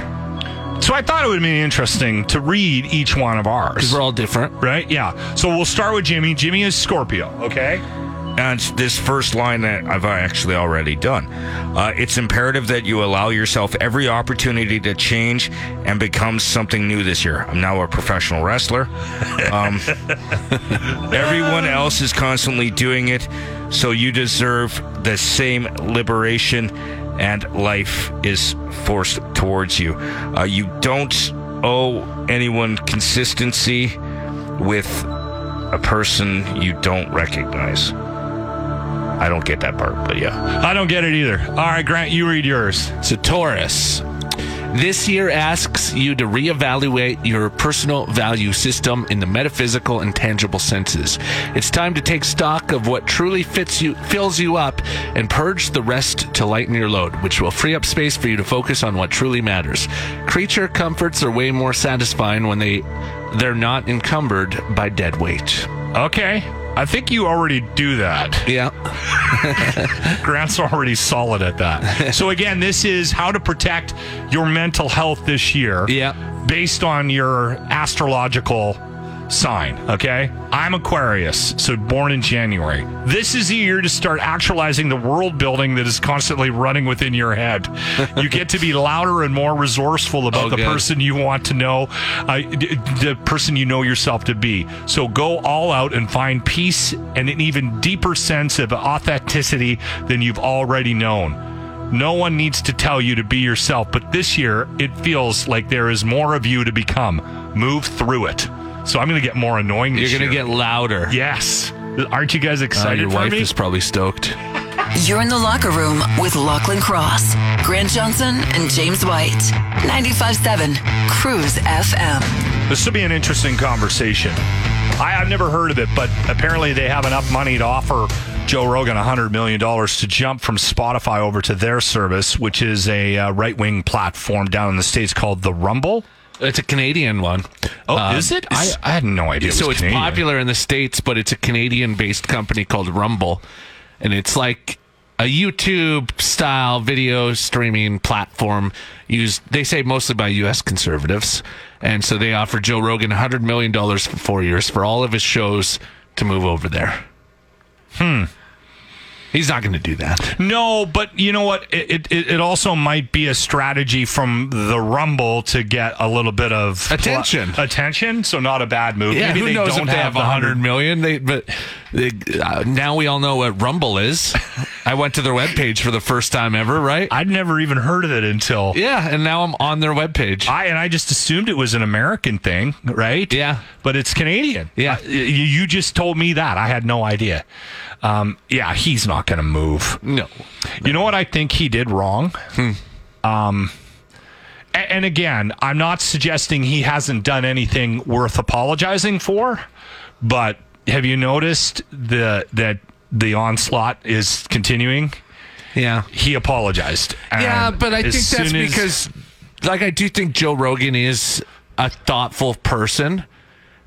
S6: So I thought it would be interesting to read each one of ours.
S5: We're all different.
S6: Right? Yeah. So we'll start with Jimmy. Jimmy is Scorpio, okay?
S7: And this first line that I've actually already done. Uh, it's imperative that you allow yourself every opportunity to change and become something new this year. I'm now a professional wrestler. Um, everyone else is constantly doing it, so you deserve the same liberation, and life is forced towards you. Uh, you don't owe anyone consistency with a person you don't recognize. I don't get that part, but yeah.
S6: I don't get it either. All right, Grant, you read yours.
S5: So, Taurus, this year asks you to reevaluate your personal value system in the metaphysical and tangible senses. It's time to take stock of what truly fits you, fills you up, and purge the rest to lighten your load, which will free up space for you to focus on what truly matters. Creature comforts are way more satisfying when they they're not encumbered by dead weight.
S6: Okay. I think you already do that. <laughs>
S5: Yeah.
S6: Grant's already solid at
S5: <laughs>
S6: that. So again, this is how to protect your mental health this year.
S5: Yeah.
S6: Based on your astrological sign, okay? I'm Aquarius, so born in January. This is the year to start actualizing the world building that is constantly running within your
S5: <laughs>
S6: head. You get to be louder and more resourceful about
S5: Oh,
S6: the
S5: good.
S6: person you want to know, uh, d- the person you know yourself to be. So go all out and find peace and an even deeper sense of authenticity than you've already known. No one needs to tell you to be yourself, but this year it feels like there is more of you to become. Move through it. So I'm going to get more annoying.
S5: You're
S6: this
S5: gonna
S6: year.
S5: get louder.
S6: Yes. Aren't you guys
S5: Uh,
S6: excited
S5: your
S6: for
S5: wife
S6: me?
S5: is probably stoked.
S1: You're in the locker room with Lachlan Cross, Grant Johnson, and James White. 95.7 Cruise FM.
S6: This will be an interesting conversation. I, I've never heard of it, but apparently they have enough money to offer Joe Rogan $100 million to jump from Spotify over to their service, which is a uh, right wing platform down in the States called The Rumble.
S5: It's a Canadian one.
S6: Oh,
S5: Um,
S6: is it? I, I had no idea. it
S5: so
S6: was
S5: it's
S6: Canadian.
S5: popular in the states, but it's a Canadian-based company called Rumble, and it's like a YouTube-style video streaming platform used. They say mostly by U.S. conservatives, and so they offer Joe Rogan 100 million dollars for four years for all of his shows to move over there.
S6: Hmm.
S5: He's not going to do that.
S6: No, but you know what? It, it it also might be a strategy from the Rumble to get a little bit of pl-
S5: Attention.
S6: attention. So not a bad move.
S5: Yeah,
S6: Maybe
S5: who
S6: they
S5: knows
S6: don't
S5: if they have
S6: the
S5: 100 million? They, but they, uh, now we all know what
S6: <laughs>
S5: Rumble is. I went to their webpage for the first time ever, right?
S6: I'd never even heard of it until.
S5: Yeah, and now I'm on their webpage.
S6: I and I just assumed it was an American thing, right?
S5: Yeah,
S6: but it's Canadian.
S5: Yeah,
S6: you, you just told me that. I had no idea. Um, yeah, he's not going to move.
S5: No.
S6: You know what I think he did wrong?
S5: Hmm.
S6: Um, a- and, again, I'm not suggesting he hasn't done anything worth apologizing for, but have you noticed the that the onslaught is continuing?
S5: Yeah,
S6: he apologized.
S5: yeah,
S6: And
S5: but I
S6: as
S5: think that's
S6: soon as-
S5: because, like, I do think Joe Rogan is a thoughtful person,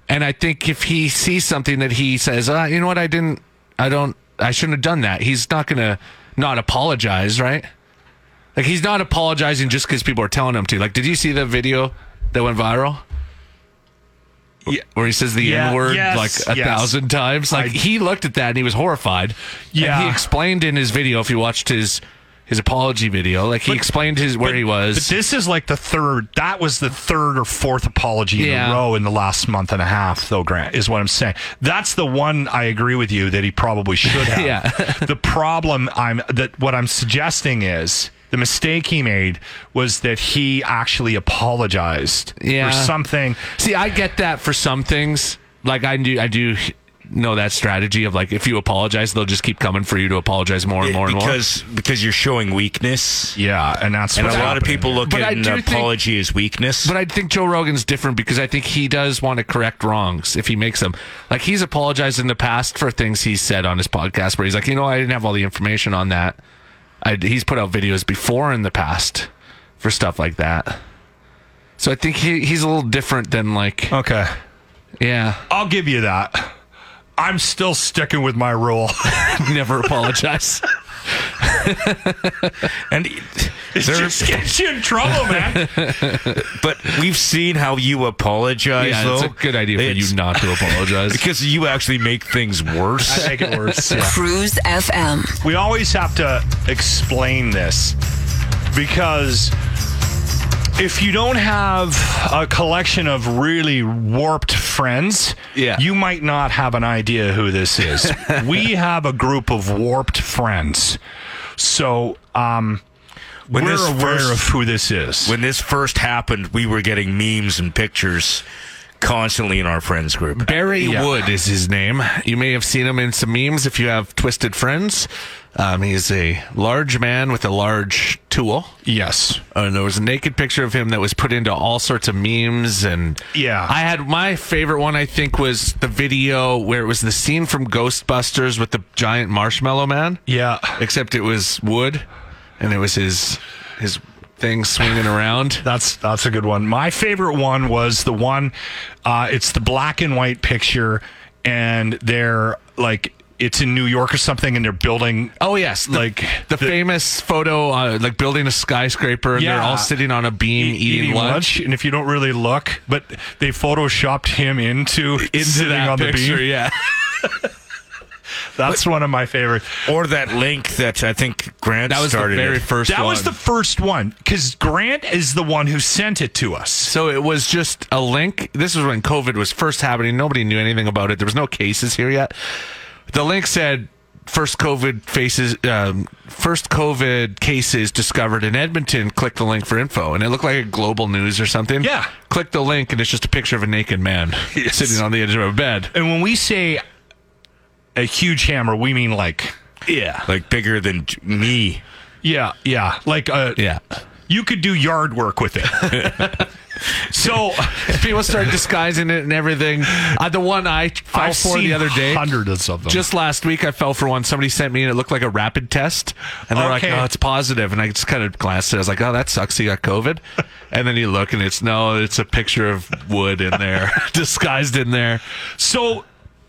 S5: and I think if he sees something that he says, uh, you know what, I didn't, I don't, I shouldn't have done that. He's not going to not apologize, right? Like, he's not apologizing just because people are telling him to. Like, did you see the video that went viral? Where he says the
S6: Yeah,
S5: N word
S6: yes,
S5: like a
S6: yes.
S5: thousand times. Like he looked at that and he was horrified.
S6: Yeah.
S5: And he explained in his video, if you watched his his apology video, like he explained his where he was.
S6: But this is like the third. That was the third or fourth apology in
S5: Yeah.
S6: a row in the last month and a half, though. Grant is what I'm saying. That's the one I agree with you that he probably
S5: <laughs>
S6: should have. yeah. the problem I'm that what I'm suggesting is the mistake he made was that he actually apologized
S5: Yeah.
S6: for something.
S5: See, I get that for some things. Like I do, I do know that strategy of like if you apologize, they'll just keep coming for you to apologize more and more and more.
S7: because because you're showing weakness.
S6: Yeah, and that's
S7: and a
S5: what's
S7: lot of
S5: happening.
S7: people look
S5: But I
S7: at an
S5: do think-
S7: apology as weakness.
S5: But I think Joe Rogan's different because I think he does want to correct wrongs if he makes them. Like he's apologized in the past for things he said on his podcast where he's like, you know, I didn't have all the information on that. I, he's put out videos before in the past for stuff like that. So I think he, he's a little different than like.
S6: Okay.
S5: Yeah. <laughs>
S6: I'll give you that. I'm still sticking with my rule. <laughs>
S5: Never apologize.
S7: and
S6: it just gets you in trouble,
S5: <laughs>
S6: man.
S7: but we've seen how you apologize.
S5: Yeah,
S7: though.
S5: it's a good idea for you not to apologize
S7: because you actually make things worse.
S6: I make it worse. yeah.
S1: Cruise FM.
S6: We always have to explain this because if you don't have a collection of really warped friends,
S5: Yeah.
S6: you might not have an idea who this is. we have a group of warped friends. So, um, we're aware of who this is.
S7: When this first happened, we were getting memes and pictures constantly in our friends group.
S5: Barry
S7: Yeah.
S5: Wood is his name. You may have seen him in some memes if you have twisted friends. Um, he is a large man with a large tool. Uh,
S6: Yes.
S5: And there was a naked picture of him that was put into all sorts of memes. And
S6: Yeah.
S5: I had my favorite one, I think, was the video where it was the scene from Ghostbusters with the giant marshmallow man.
S6: Yeah.
S5: Except it was wood and it was his, his thing swinging around.
S6: That's that's a good one. My favorite one was the one. Uh, it's the black and white picture, and they're like it's in New York or something, and they're building.
S5: Oh yes, the,
S6: like
S5: the, famous photo, uh, like building a skyscraper, and they're
S6: Yeah.
S5: all sitting on a beam
S6: e-
S5: eating, lunch.
S6: and if you don't really look, but they photoshopped him into sitting
S5: that
S6: on the
S5: picture,
S6: beam. <laughs>
S5: yeah.
S6: That's one of my favorite.
S7: Or that link that I think Grant
S5: That was the
S7: started.
S5: very
S7: it.
S5: first.
S6: That
S5: one.
S6: was the first one because Grant is the one who sent it to us.
S5: So it was just a link. This was when COVID was first happening. Nobody knew anything about it. There was no cases here yet. The link said first COVID faces, um, first COVID cases discovered in Edmonton. Click the link for info, and it looked like a global news or something.
S6: Yeah.
S5: Click the link, and it's just a picture of a
S6: <laughs>
S5: naked man sitting on the edge of a bed.
S6: And when we say a huge hammer, we mean like yeah,
S7: like bigger than j- me.
S6: yeah, yeah, like uh,
S5: Yeah.
S6: you could do yard work with it.
S5: <laughs>
S6: so
S5: People start disguising it and everything. Uh, the one I fell
S6: I've
S5: for
S6: seen
S5: the other day.
S6: hundreds of them.
S5: Just last week, I fell for one. Somebody sent me, and it looked like a rapid test. And they're
S6: Okay.
S5: like, "Oh, it's positive." And I just kind of glanced at. it. I was like, "Oh, that sucks. He
S6: <laughs>
S5: got COVID." and then you look, and it's no, it's a picture of wood in there, <laughs> disguised in there.
S6: so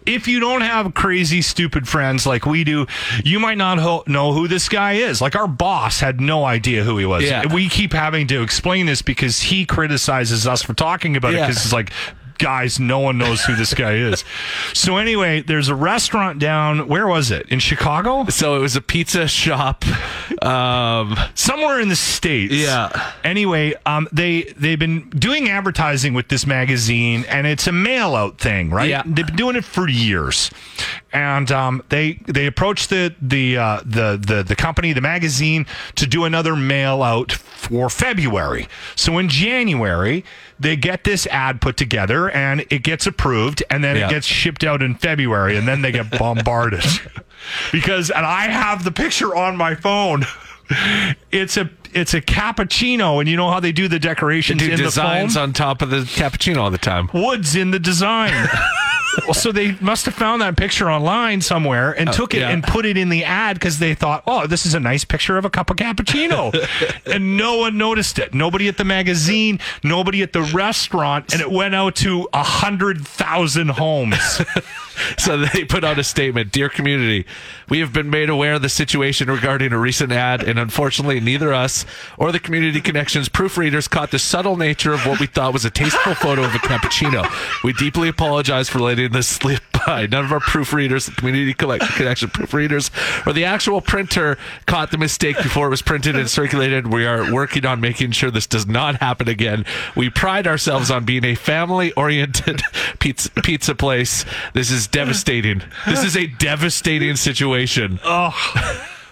S6: if you don't have crazy stupid friends like we do, you might not ho- know who this guy is. Like our boss had no idea who he was.
S5: Yeah.
S6: We keep having to explain this because he criticizes us for talking about it
S5: Yeah.
S6: because it's like guys, no one knows who this guy is. So anyway, there's a restaurant down. Where was it? In Chicago?
S5: So it was a pizza shop, um,
S6: somewhere in the states.
S5: Yeah.
S6: Anyway, um, they they've been doing advertising with this magazine, and it's a mail out thing, right?
S5: Yeah.
S6: They've been doing it for years, and um, they they approached the the uh, the the the company, the magazine, to do another mail out for February. So in January, they get this ad put together, and it gets approved, and then
S5: Yeah.
S6: it gets shipped out in February, and then they get bombarded <laughs> because and I have the picture on my phone. It's a it's a cappuccino, and you know how they do the
S5: They
S6: decorations
S5: do
S6: in
S5: designs
S6: the
S5: on top of the cappuccino all the time.
S6: foam. Woods in the design.
S5: <laughs>
S6: Well, so they must have found that picture online somewhere and
S5: Oh,
S6: took it
S5: yeah.
S6: and put it in the ad because they thought, oh, this is a nice picture of a cup of
S5: <laughs>
S6: cappuccino, and no one noticed it. Nobody at the magazine, nobody at the restaurant, and it went out to a hundred thousand homes.
S5: <laughs> So they put out a statement Dear community, we have been made aware of the situation regarding a recent ad, and unfortunately, neither us or the Community Connections proofreaders caught the subtle nature of what we thought was a tasteful photo of a cappuccino. We deeply apologize for letting this slip by. None of our proofreaders, the Community Collect- Connection proofreaders, or the actual printer caught the mistake before it was printed and circulated. We are working on making sure this does not happen again. We pride ourselves on being a family oriented <laughs> pizza, pizza place. This is devastating. This is a devastating situation.
S6: Oh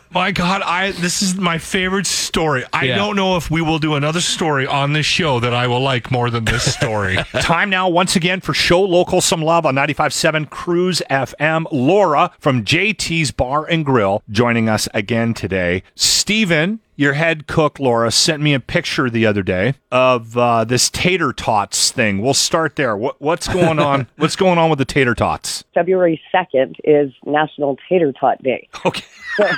S6: my God! I this is my favorite story. I
S5: Yeah.
S6: don't know if we will do another story on this show that I will like more than this story. <laughs> Time now, once again, for show local some love on 95.7 Cruise FM. Laura from JT's Bar and Grill joining us again today. Steven, your head cook, Laura, sent me a picture the other day of uh, this tater tots thing. We'll start there. What, what's going <laughs> on? what's going on with the tater tots?
S7: February 2nd is National Tater Tot Day.
S6: Okay.
S7: So,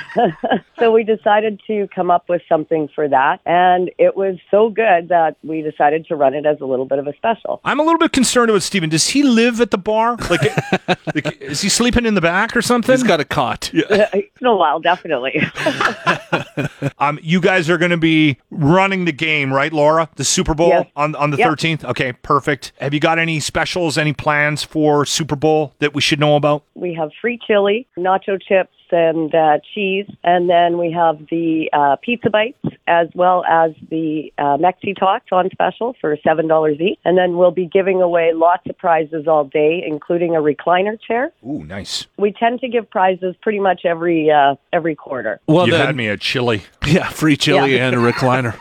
S7: so we decided to come up with something for that, and it was so good that we decided to run it as a little bit of a special.
S6: I'm a little bit concerned about Steven. Does he live at the bar? Like, <laughs> like, is he sleeping in the back or something? He's
S5: got a cot.
S7: it's been a while, definitely. <laughs>
S6: Um, you guys are going to be running the game, right, Laura? The Super Bowl
S7: Yes.
S6: on on the
S7: Yep.
S6: 13th. Okay, perfect. Have you got any specials, any plans for Super Bowl that we should know about?
S7: We have free chili, nacho chips, and uh, cheese, and then we have the uh, pizza bites as well as the uh, Mexi Tots on special for seven dollars each. And then we'll be giving away lots of prizes all day, including a recliner chair.
S6: Ooh, nice.
S7: We tend to give prizes pretty much every uh, every quarter.
S5: Well,
S6: you
S5: then-
S6: had me at chili.
S5: Yeah, free chili
S7: Yeah.
S5: and a recliner.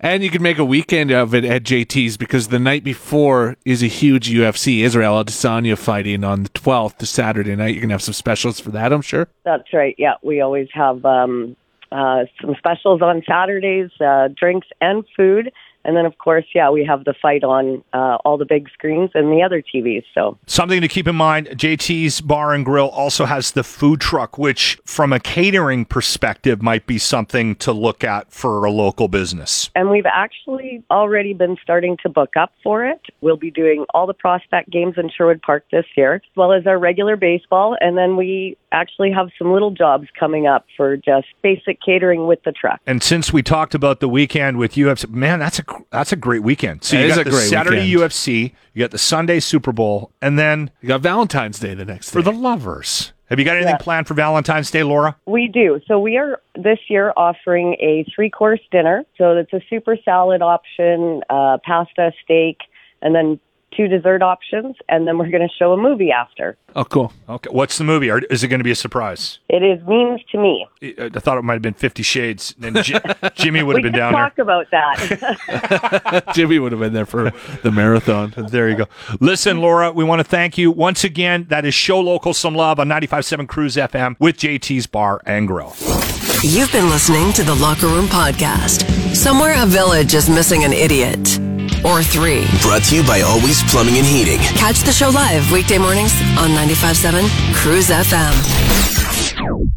S5: And you can make a weekend of it at JT's because the night before is a huge UFC Israel Adesanya fighting on the 12th, the Saturday night. You're going to have some specials for that, I'm sure.
S7: That's right. Yeah, we always have um, uh, some specials on Saturdays, uh, drinks and food, and then of course, yeah, we have the fight on uh, all the big screens and the other TVs. So
S6: Something to keep in mind JT's Bar and Grill also has the food truck, which, from a catering perspective, might be something to look at for a local business.
S7: And we've actually already been starting to book up for it. We'll be doing all the prospect games in Sherwood Park this year, as well as our regular baseball. And then we actually have some little jobs coming up for just basic catering with the truck.
S6: And since we talked about the weekend with UFC, man, that's a that's a great weekend. So
S5: It
S6: you
S5: is
S6: got
S5: a
S6: the
S5: great
S6: Saturday
S5: weekend.
S6: UFC, you got the Sunday Super Bowl, and then
S5: you got Valentine's Day the next
S6: for the lovers. Have you got anything planned for Valentine's Day, Laura?
S7: We do. So we are this year offering a three course dinner. So it's a super salad option, uh, pasta, steak, and then two dessert options. And then we're going to show a movie after.
S5: Oh, cool.
S6: Okay, what's the movie? Or is it going to be a surprise?
S7: It is means to me.
S6: I I thought it might have been Fifty Shades, and then Ji- Jimmy would have
S7: we
S6: been
S7: could
S6: down there.
S7: talk about that.
S5: Jimmy would have been there for the marathon.
S6: There you go. Listen, Laura, we want to thank you once again. That is Show Local Some Love on 95.7 Cruise FM with JT's Bar and Grill.
S1: You've been listening to the Locker Room Podcast. Somewhere a village is missing an idiot or three.
S11: Brought to you by Always Plumbing and Heating.
S1: Catch the show live weekday mornings on 95.7 Cruise FM.